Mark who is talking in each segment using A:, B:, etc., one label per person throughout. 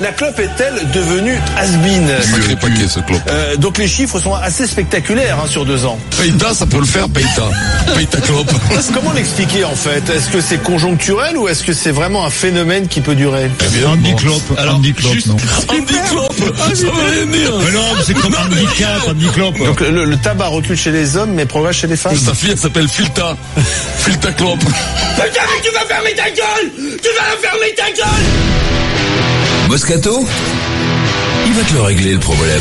A: La clope est-elle devenue has-been
B: Sacré
A: Euh,
B: paquet, ce clope.
A: euh, Donc les chiffres sont assez spectaculaires hein, sur deux ans.
B: Payta, ça peut le faire, Payta. Payta clope.
A: Comment l'expliquer en fait Est-ce que c'est conjoncturel ou est-ce que c'est vraiment un phénomène qui peut durer
C: Andy Klopp, Andy Klopp,
D: juste-
C: non.
B: Andy clope, ça veut rien dire.
C: Mais non, mais c'est comme Andy Cap, Andy Klopp.
A: Donc le, le tabac recule chez les hommes mais progresse chez les femmes.
B: Sa fille, elle s'appelle Filta. Filta clope.
E: Putain, mais tu vas fermer ta gueule Tu vas fermer ta gueule
D: Moscato Il va te le régler le problème.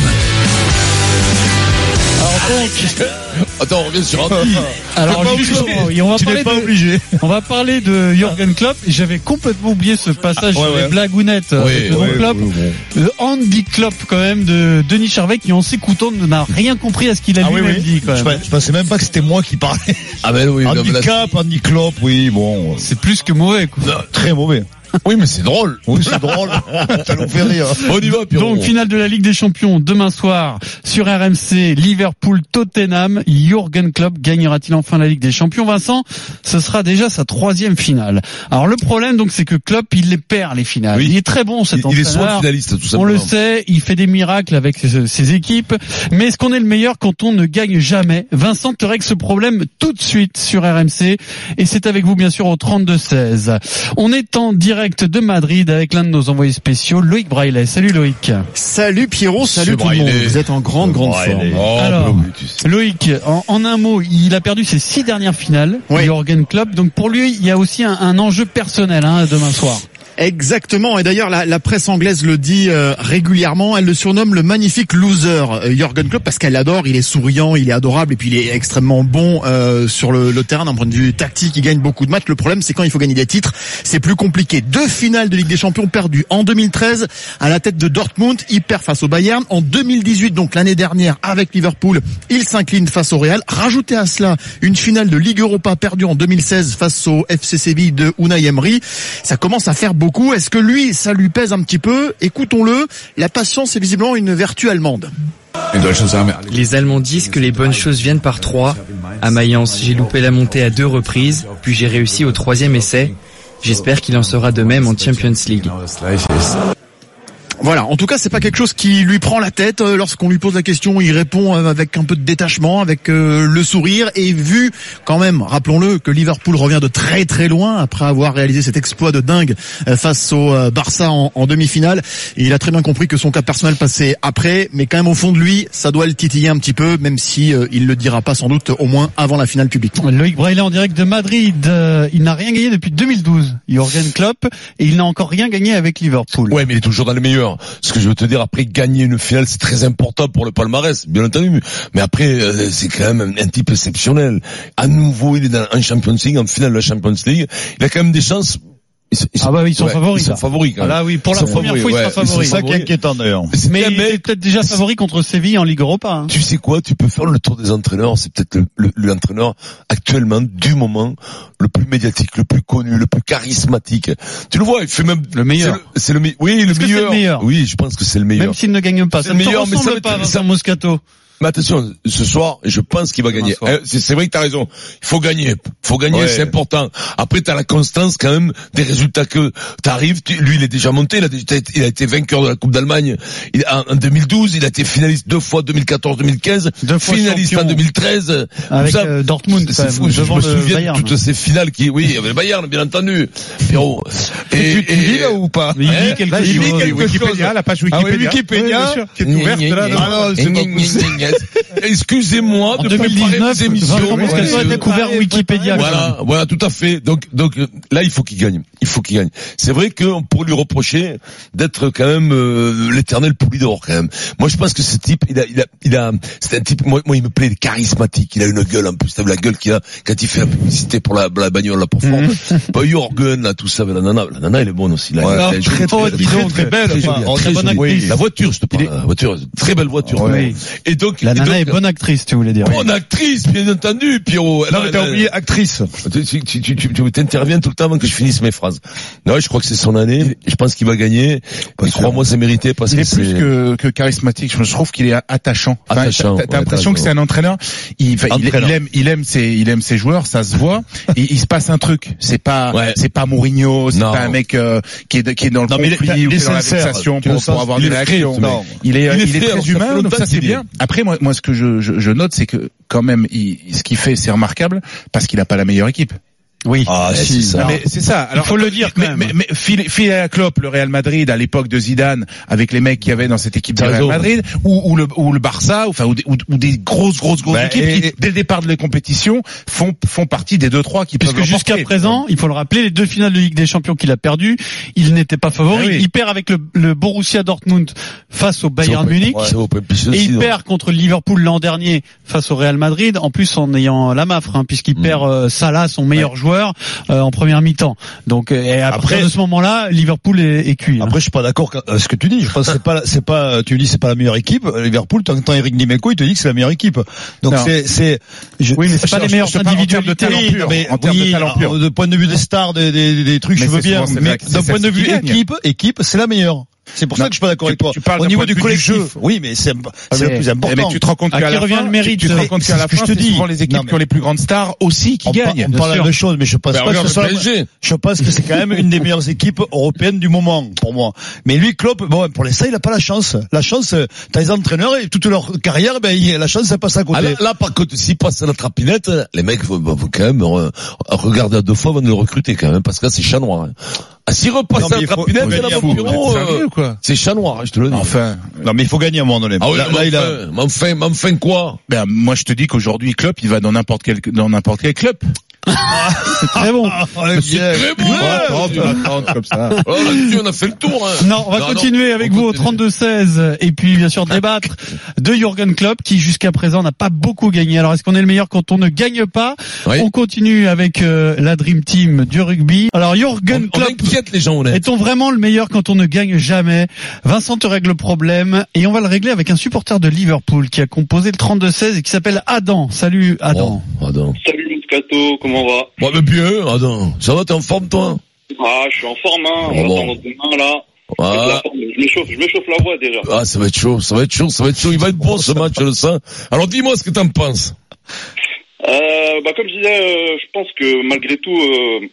B: Attends, on revient sur Andy.
F: Alors
C: T'es pas
F: justement,
C: obligé.
F: et on va
C: Tu n'es
F: parler
C: pas
F: de,
C: obligé.
F: on va parler de Jürgen Klopp. et J'avais complètement oublié ce passage
C: Ah, ouais,
F: sur
C: ouais.
F: les blagounettes. euh,
B: Oui,
F: de Don
B: oui,
F: Klopp. Le Andy Klopp quand même de Denis Charvet qui en s'écoutant n'a rien compris à ce
G: Ah,
F: qu'il a lui-même dit quand
C: Je,
F: même.
C: pa- je pensais même pas que c'était moi qui parlais.
B: Ah ben oui, non,
C: Andy
B: mais là-
C: Cap, Andy Klopp, oui, bon. euh,
F: C'est plus que mauvais quoi.
C: non, Très mauvais.
B: oui, mais c'est drôle.
C: Oui, c'est drôle. Ça nous fait rire.
B: On y va, Pierrot.
F: Donc finale de la Ligue des Champions demain soir sur RMC Liverpool Tottenham Jürgen Klopp gagnera-t-il enfin la Ligue des Champions Vincent ce sera déjà sa troisième finale alors le problème donc c'est que Klopp il les perd les finales
B: Oui.
F: il est très bon cet
B: il, il est souvent
F: entraîneur
B: finaliste, tout ça.
F: on le sait, il fait des miracles avec ses, ses équipes. Mais est-ce qu'on est le meilleur quand on ne gagne jamais Vincent te règle ce problème tout de suite sur RMC. Et c'est avec vous, bien sûr, au 32-16. On est en direct de Madrid avec l'un de nos envoyés spéciaux, Loïc Braillet. Salut Loïc.
H: Salut Pierrot, salut
B: Monsieur
H: tout le monde.
B: Braillet.
H: Vous êtes en grande, grande forme.
B: Oh,
F: Alors.
B: bah oui, tu sais.
F: Loïc, en, en un mot, il a perdu ses six dernières finales
H: Oui.
F: Jorgen Klopp. Donc pour lui, il y a aussi un, un enjeu personnel hein, demain soir.
H: Exactement. Et d'ailleurs, la, la presse anglaise le dit euh, régulièrement. Elle le surnomme le magnifique loser, euh, Jürgen Klopp, parce qu'elle l'adore. Il est souriant, il est adorable, et puis il est extrêmement bon euh, sur le, le terrain d'un point de vue tactique. Il gagne beaucoup de matchs. Le problème, c'est quand il faut gagner des titres, c'est plus compliqué. Deux finales de Ligue des Champions perdues en 2013 à la tête de Dortmund, il perd face au Bayern. En 2018, donc l'année dernière, avec Liverpool, il s'incline face au Real. Rajoutez à cela une finale de Ligue Europa perdue en 2016 face au FC Séville de Unai Emery. Ça commence à faire beaucoup. Est-ce que lui, ça lui pèse un petit peu Écoutons-le. La patience est visiblement une vertu allemande.
I: Les Allemands disent que les bonnes choses viennent par trois. À Mayence, j'ai loupé la montée à deux reprises, puis j'ai réussi au troisième essai. J'espère qu'il en sera de même en Champions League.
H: Voilà. En tout cas, c'est pas quelque chose qui lui prend la tête. Euh, Lorsqu'on lui pose la question, il répond euh, avec un peu de détachement, avec euh, le sourire. Et vu, quand même, rappelons-le, que Liverpool revient de très très loin après avoir réalisé cet exploit de dingue euh, face au euh, Barça en, en demi-finale. Il a très bien compris que son cas personnel passait après, mais quand même au fond de lui, ça doit le titiller un petit peu, même si euh, il le dira pas sans doute au moins avant la finale publique.
F: Loïc Braillet en direct de Madrid. Euh, il n'a rien gagné depuis 2012, Jorgen Klopp, et il n'a encore rien gagné avec Liverpool.
B: Ouais, mais il est toujours dans les meilleurs. Ce que je veux te dire, après, gagner une finale, c'est très important pour le palmarès, bien entendu. Mais après, euh, c'est quand même un, un type exceptionnel. À nouveau, il est dans, en Champions League, en finale de la Champions League. Il a quand même des chances. Ils sont- ils
F: Ah bah oui, ils sont favoris,
B: Ils sont
F: là.
B: favoris, quand même.
F: Là, oui, pour
B: Ils
F: la
B: sont
F: première
B: favoris,
F: fois, il
B: ouais.
F: sera favori.
C: C'est ça qui est inquiétant d'ailleurs.
B: C'est
F: Mais
B: un
F: il
B: mec-
F: est peut-être déjà favori contre Séville en Ligue Europa. hein.
B: tu sais quoi, tu peux faire le tour des entraîneurs. C'est peut-être le- le- l'entraîneur actuellement du moment le plus médiatique, le plus connu, le plus charismatique. Tu le vois, il fait même
F: Le meilleur.
B: C'est le, c'est le me- oui, le
F: Est-ce que c'est le
B: meilleur.
F: meilleur
B: Oui, je pense que c'est le meilleur.
F: Même s'il ne gagne pas.
B: C'est
F: Ça
B: le
F: ne te
B: meilleur, mais ça
F: ressemble
B: va-
F: pas,
B: ça-
F: Vincent Moscato.
B: Mais attention, ce soir, je pense qu'il va gagner.
F: soir.
B: Eh, C'est c'est vrai que t'as raison. Il faut gagner. faut gagner,
C: Ouais.
B: c'est important. Après, t'as la constance quand même des résultats que t'arrives. Tu- Lui, il est déjà monté. Il a, déjà été- il a été vainqueur de la Coupe d'Allemagne Il- en, en 2012. Il a été finaliste deux fois, 2014-2015.
F: Deux fois
B: Finaliste
F: champion.
B: en 2013.
F: Avec,
B: Tout ça,
F: euh, Dortmund, quand
B: C'est
F: même,
B: fou. Je
F: devant
B: me
F: le
B: souviens
F: Bayern.
B: de toutes ces finales qui, oui, avec le Bayern, bien entendu. Pierrot. Et,
C: tu, tu lis là ou pas
F: Mais il lit
C: Hein
F: quelque
C: Là, il lit
F: chose.
C: quelque
D: Wikipédia,
C: chose.
D: la page
C: Ah oui,
D: Wikipédia. Oui, bien
C: Wikipédia,
D: sûr.
C: qui est ouverte là.
B: Ah non, c'est pas possible. Excusez-moi
F: En
B: de préparer
F: 2019,
B: mes émissions.
F: Vincent Moscato a
B: Monsieur.
F: découvert Wikipédia.
B: Voilà, voilà, tout à fait. Donc, donc euh, là, il faut qu'il gagne. Il faut qu'il gagne. C'est vrai qu'on pourrait lui reprocher d'être quand même euh, l'éternel poulidor quand même. Moi, je pense que ce type, il a, il a, il a, c'est un type. Moi, moi, il me plaît, il est charismatique. Il a une gueule en plus. T'as vu la gueule qu'il a quand il fait la publicité pour la, la bagnole, la Ford.
F: Mhm.
B: Pas Jorgen, là, tout ça. mais La nana, la nana, elle est bonne aussi. Là,
C: Ouais.
B: Elle-
C: Ah,
B: elle-
C: très,
F: très, dis donc, très belle,
B: très
F: enfin,
B: jolie,
F: en
B: très
F: très bonne
B: jolie.
F: actrice.
B: La voiture, je te parle. La voiture, très belle voiture.
F: Ouais.
B: Et donc, donc,
F: La
B: et
F: nana
B: donc-
F: est bonne actrice, tu voulais dire.
B: Bonne actrice, bien entendu, Pierrot.
C: Non, mais t'as oublié
B: actrice. Tu tu- tu- tu- tu t'interviens tout le temps avant que je finisse mes phrases. Non, je crois que c'est son année. Je pense qu'il va gagner. Et Crois-moi, c'est mérité parce
G: Il
B: que
G: est
B: c'est...
G: plus que, que charismatique. Je trouve qu'il est attachant. Enfin,
B: Attachant,
G: t'as- T'as
B: ouais,
G: l'impression que c'est un entraîneur. Il, enfin, il-
B: Entraîneur.
G: il aime, il aime ses, il aime ses joueurs. Ça se voit. Et il se passe un truc. C'est pas,
B: Ouais.
G: c'est pas Mourinho. C'est
B: Non.
G: pas un mec euh, qui est, de- qui est dans le
C: Non, mais il est-
G: conflit
C: il
G: ou
C: est
G: qui dans la
C: sincère.
G: vexation
C: Tu le
G: pour,
C: sens,
G: pour avoir
C: il
G: des
C: est frais,
G: réactions.
C: ce mec.
G: Non. Il
B: Il
G: est, il
B: est
G: est,
B: frais, ça
G: très
B: fait
G: humain. Donc
B: longtemps
G: ça c'est
B: qu'il est.
G: bien. Après, moi, moi, ce que je, je, je note, c'est que quand même, il- ce qu'il fait, c'est remarquable parce qu'il a pas la meilleure équipe.
F: Oui.
B: Ah, si, ça.
G: Non, mais c'est ça. Alors,
F: faut le dire, quand
G: Mais,
F: même.
G: mais, mais fil- fil à la clope, le Real Madrid à l'époque de Zidane, avec les mecs qu'il y avait dans cette équipe du
B: T'as
G: Real
B: raison.
G: Madrid, ou, ou le ou le Barça, ou, enfin, ou, des- ou- ou des grosses grosses grosses
B: Bah,
G: équipes
B: et-
G: qui, dès le départ de la compétition, font font partie des deux trois qui
F: Puisque
G: peuvent
F: jusqu'à
G: l'emporter.
F: présent, il faut le rappeler, les deux finales de Ligue des Champions qu'il a perdues, il n'était pas favori.
G: Ah oui.
F: Il perd avec le, le Borussia Dortmund face au Bayern Munich.
B: Ouais, ça vaut pas plus
F: Et
B: aussi,
F: il
B: non.
F: perd contre le Liverpool l'an dernier face au Real Madrid, en plus en ayant la mafre, hein, puisqu'il perd euh, Salah, son meilleur joueur, euh, en première mi-temps. Donc, euh, et à
B: Après-
F: partir de ce moment-là, Liverpool est, est cuit. hein.
C: Après, je suis pas d'accord avec euh, ce que tu dis. Je pense que c'est pas, c'est pas, tu dis c'est pas la meilleure équipe. Liverpool, tant que Eric Dimeco, il te dit que c'est la meilleure équipe. Donc
G: Non.
C: c'est, c'est, je-
F: Oui, mais c'est pas
C: je-
F: les
C: je-
F: meilleurs
C: je te parle en termes de
F: individualités.
C: talent
G: Oui,
C: pur.
G: non, mais en termes de
C: oui,
G: talent
C: alors,
G: pur.
C: De point de vue des stars, des, des, des trucs,
G: Mais
C: je veux
G: c'est
C: bien.
G: souvent, c'est
C: Mais
G: vrai que c'est
C: d'un
G: celle
C: point de
G: qui
C: vue
G: gagne.
C: équipe, équipe, c'est la meilleure. C'est pour
G: Non,
C: ça que je suis pas d'accord
G: tu-
C: avec toi.
G: tu parles
C: Au
G: d'un
C: niveau
G: point
C: du
G: de vue du
C: collectif,
G: jeu.
C: oui, mais c'est, c'est le plus
G: Mais
C: important.
G: tu te rends compte
F: À
G: qu'à
F: qui
G: la
F: revient
G: fin,
F: le mérite,
G: tu, tu te rends
F: c'est-
G: compte qu'à
C: c'est
G: la
C: ce que
G: fin,
C: je te
G: c'est
C: dis.
G: souvent les équipes
C: Non, mais-
G: qui ont les plus grandes stars aussi qui
C: On, par-
G: gagnent.
C: on parle de la même chose, mais je pense
B: Bah,
C: pas que
B: regarde
C: ce soit
B: le
C: la-
B: PSG.
C: je pense que c'est quand même une des meilleures équipes européennes du moment, pour moi. Mais lui, Klopp, bon, pour l'instant, il a pas la chance. La chance, euh, t'as les entraîneurs et toute leur carrière, ben, il- la chance, ça passe à
B: Ah, là,
C: côté.
B: là, par contre, s'il passe à la trapinette, les mecs, faut, faut quand même euh, regarder à deux fois avant de le recruter quand même, parce que là, c'est chat noir. hein. Ah, s'il repasse
C: Non,
B: à
C: mais
B: la
C: il faut-
B: trapinette,
C: faut
B: c'est
C: être
B: là,
C: fou,
B: mon bureau,
G: Vous êtes sérieux,
B: euh,
G: quoi.
B: c'est chat noir, je te le dis.
G: Enfin,
C: non, mais il faut gagner à un moment donné.
B: Ah oui,
C: Ah, là,
B: mais
C: là, il a,
B: enfin, mais enfin, mais enfin quoi
G: ben moi je te dis qu'aujourd'hui Klopp, il va dans n'importe quel dans n'importe quel club.
F: C'est très bon.
B: Très bon
G: Attends, tu vas attendre comme ça.
B: Oh là-dessus, on a fait le tour. Hein.
F: Non, on va continuer avec
B: on
F: vous
B: continue.
F: au 32-16 et puis bien sûr débattre de Jürgen Klopp qui jusqu'à présent n'a pas beaucoup gagné. Alors est-ce qu'on est le meilleur quand on ne gagne pas
B: Oui.
F: On continue avec euh, la Dream Team du rugby. Alors Jürgen
B: On, on
F: Klopp
B: inquiète les gens, on est.
F: est-on vraiment le meilleur quand on ne gagne jamais Vincent te règle le problème et on va le régler avec un supporter de Liverpool qui a composé le 32-16 et qui s'appelle Adam. Salut Adam.
B: Oh, Adam.
J: Salut Moscato, comment on va
B: Bon, mais bien, Adam. Ça va, t'es en forme, toi
J: Ah, je suis en forme, hein. On
B: Oh
J: va
B: bon.
J: prendre demain, là.
B: ah.
J: La forme, Je me chauffe, je me chauffe la voix, déjà.
B: ah, ça va être chaud, ça va être chaud, ça va être chaud. Il va être bon ce match, je le sens. Alors dis-moi ce que t'en penses.
J: Euh, bah, comme je disais, euh, je pense que malgré tout, euh,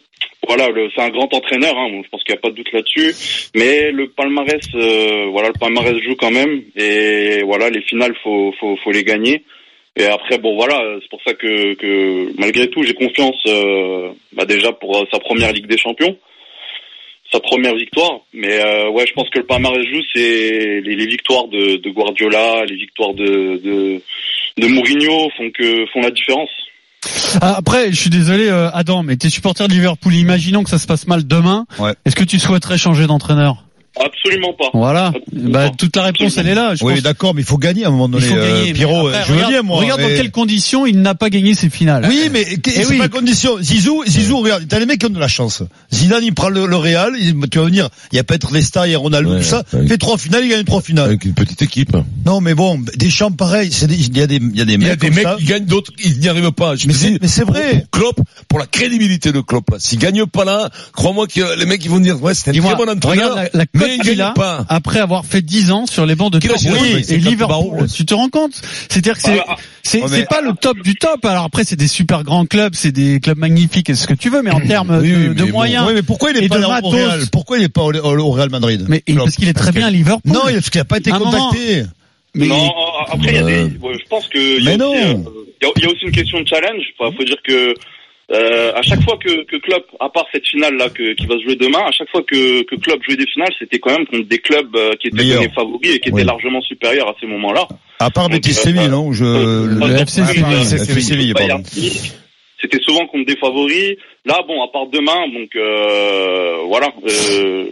J: voilà, le- c'est un grand entraîneur, hein, je pense qu'il n'y a pas de doute là-dessus. Mais le palmarès, euh, voilà, le palmarès joue quand même. Et voilà, les finales, faut, faut, faut les gagner. Et après, bon, voilà, euh, c'est pour ça que, que malgré tout, j'ai confiance, euh, bah, déjà pour euh, sa première Ligue des Champions, sa première victoire. Mais euh, ouais, je pense que le palmarès joue, c'est les, les victoires de, de Guardiola, les victoires de, de, de Mourinho font que font la différence.
F: Ah, après, je suis désolé euh, Adam, mais t'es supporter de Liverpool. Imaginons que ça se passe mal demain.
C: Ouais.
F: Est-ce que tu souhaiterais changer d'entraîneur
J: Absolument pas.
F: Voilà. Bah, toute la réponse, elle est là. Je
C: oui,
F: pense.
C: d'accord, mais il faut gagner à un moment
F: Il
C: donné.
F: faut
C: euh,
F: gagner. mais
C: Pierrot,
F: après,
C: je veux
F: regarde,
C: bien, moi.
F: Regarde dans
C: mais-
F: quelles conditions il n'a pas gagné ses finales.
C: Oui, mais que- c'est
F: oui.
C: pas condition. Zizou, Zizou, regarde, t'as les mecs qui ont de la chance. Zidane, il prend le, le Real, il- tu vas venir, il y a peut-être les stars, il y a Ronaldo,
B: Ouais,
C: tout ça.
B: ouais.
C: Fait trois finales, il gagne trois finales.
B: Avec une petite équipe.
C: Non, mais bon, Deschamps, pareil, c'est des- il y a des, il y a des
B: Il y a
C: mecs
B: des
C: comme
B: mecs
C: ça.
B: qui gagnent, d'autres ils n'y arrivent pas. Je
C: Mais
B: te
C: c'est-
B: dis,
C: mais c'est
B: pour-
C: vrai.
B: Pour Klopp, pour la crédibilité de Klopp, là. S'il gagne pas là, crois-moi que euh, les mecs ils vont dire ouais c'était un
F: Dis-moi,
B: très bon entraîneur,
F: regarde la, la cote
B: mais il
F: qu'il
B: gagne
F: a
B: pas.
F: après avoir fait 10 ans sur les bancs de
B: Quel âge il a,
F: Liverpool
B: oui,
F: et
B: c'est Barreau,
F: Liverpool.
B: là.
F: Tu te rends compte C'est-à-dire que c'est
J: Ah,
F: c'est
C: ouais,
F: c'est
C: mais-
F: pas le top du top. Alors après, c'est des super grands clubs, c'est des clubs magnifiques et ce que tu veux, mais en termes
B: Oui,
F: de,
B: mais
F: de
B: bon.
F: moyens.
C: Oui, mais pourquoi il
F: Et
C: est pas
F: de
C: là au
F: matos.
C: Real Pourquoi il est pas au, au- au Real Madrid
F: Mais
C: Klopp.
F: parce qu'il est très bien à Liverpool.
C: Non, il- parce qu'il a pas été
F: À un moment-
C: contacté.
F: Mais-
J: Non, euh, après, il y a des, ouais, je pense que il y, a
C: Euh, Mais non.
J: aussi, euh, il y a- il y a aussi une question de challenge. Enfin, faut dire que euh, à chaque fois que, que Klopp, à part cette finale là que, qui va se jouer demain, à chaque fois que, que Klopp jouait des finales, c'était quand même contre des clubs euh, qui étaient
C: Meilleurs.
J: les favoris et qui étaient
C: Oui.
J: largement supérieurs à ces moments-là.
C: À part
J: Donc,
C: Betis
J: euh,
C: Séville, non où je,
F: le
J: Ah,
F: FC
J: ah,
F: Séville.
J: bah,
F: Le FC
J: Séville,
C: Séville,
J: Bayern
C: pardon.
J: Munich, C'était souvent contre des favoris. Là, bon, à part demain, donc euh, voilà. Euh,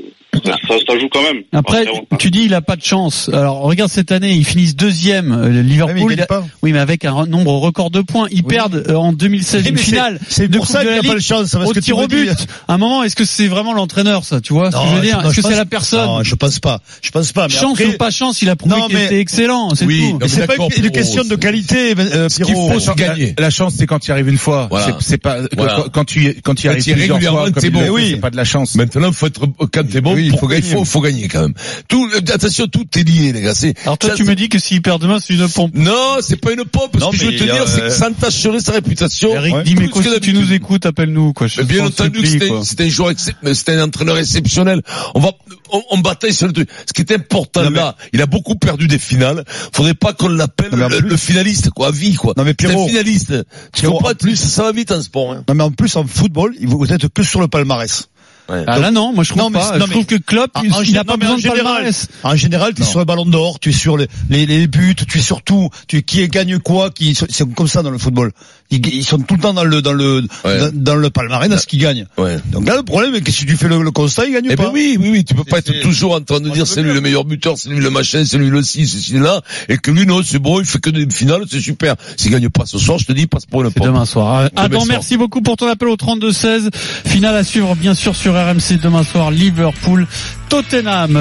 J: ça, ça joue quand même.
F: Après,
J: on-
F: tu dis il a pas de chance. Alors regarde cette année, ils finissent deuxième. euh, le Liverpool,
C: Ouais, mais ils gagnent
F: il a-
C: pas.
F: oui, mais avec un re- nombre record de points, ils perdent euh, en 2016
C: Oui,
F: une
C: mais c'est-
F: finale.
C: c'est
F: de
C: pour
F: Coupe
C: ça
F: de
C: qu'il
F: la
C: a pas
F: Ligue
C: le chance, c'est parce
F: au
C: que tu
F: tir
C: me
F: au
C: dis.
F: but. À un moment, est-ce que c'est vraiment l'entraîneur ça Tu vois ce que je veux dire
C: non,
F: Est-ce que c'est
C: pense-
F: la personne
C: Non, je pense pas. Je pense pas. Mais
F: Chance
C: après-
F: ou pas chance, il a prouvé
C: Non,
F: qu'il
C: mais-
F: était excellent. C'est
B: Oui,
F: tout.
B: non,
C: Mais c'est pas
B: D'accord,
C: une
B: Pierrot,
C: question de
B: c'est-
C: qualité, euh,
B: Ce qu'il
C: Pierrot.
B: faut, c'est
G: La-
B: gagner.
G: La, chance, c'est quand tu y arrives une fois.
B: Voilà.
G: C'est c'est pas quand-
B: Voilà.
G: quand, tu y, quand tu y
B: Quand
G: arrives
B: tu y es
G: plusieurs
B: régulièrement,
G: fois. comme
B: t'es
G: il
B: bon.
G: le fait,
B: Oui.
G: C'est pas de la chance.
B: Maintenant, faut être quand t'es bon,
G: Oui, il
B: il
G: faut
B: faut gagner.
G: gagner.
B: Faut, faut gagner quand même. Tout, le- attention, tout est lié, les gars. C'est-
F: Alors toi,
B: ça,
F: tu me dis que s'il perd demain, c'est une pompe.
B: Non, c'est pas une pompe.
C: Non,
B: ce que je
C: mais
B: veux te
C: il y a,
B: dire, c'est que
C: euh,
B: ça entacherait sa réputation.
F: Eric
B: plus
F: Dimeco,
B: que
F: si tu
B: d'habitude.
F: nous écoutes, appelle-nous quoi. Je
B: Mais bien
F: t'en
B: entendu, que
F: supplie,
B: c'était
F: quoi.
B: c'était un joueur, excep- mais c'était un entraîneur exceptionnel. On va, on, on bataille sur le truc. Ce qui est important là, il a beaucoup perdu des finales. Faudrait pas qu'on l'appelle
C: mais en
B: le,
C: plus-
B: le finaliste, quoi, à vie, quoi.
C: Non, mais
B: C'est un
C: Pierrot-
B: finaliste. Tu
C: Pierrot,
B: comprends?
C: en plus-
B: Ça, ça va vite en sport, hein.
C: Non, mais en plus, en football, il- vous êtes que sur le palmarès.
F: Ah là non, moi je trouve
C: Non, mais-
F: pas.
C: non,
F: je
C: mais-
F: trouve que Klopp,
C: En-
F: il
C: en
F: il a
C: gé-
F: pas
C: non, mais
F: besoin
C: en
F: de
C: général,
F: palmarès.
C: en général, tu es sur le ballon d'or, tu es sur les, les, les buts, tu es sur tout, tu es qui gagne quoi, qui sont- c'est comme ça dans le football. Ils, ils sont tout le temps dans le dans le
B: Ouais.
C: dans, dans le palmarès, dans ce qu'ils gagnent.
B: Ouais.
C: Donc là, le problème, c'est que si tu fais le, le constat, ils gagnent
B: Eh
C: pas.
B: ben oui, oui, oui, tu peux pas
C: C'est-
B: être toujours en train de dire c'est lui le meilleur buteur, c'est lui le machin, c'est lui le ci, c'est celui là, et que lui non, c'est bon, il fait que des finales, c'est super. S'il gagne pas ce soir, je te dis, il passe pour une
F: C'est
B: pompe.
F: demain soir.
B: Demain
F: Adam,
B: soir.
F: merci beaucoup pour ton appel au 32-16. Finale à suivre, bien sûr, sur RMC demain soir. Liverpool, Tottenham.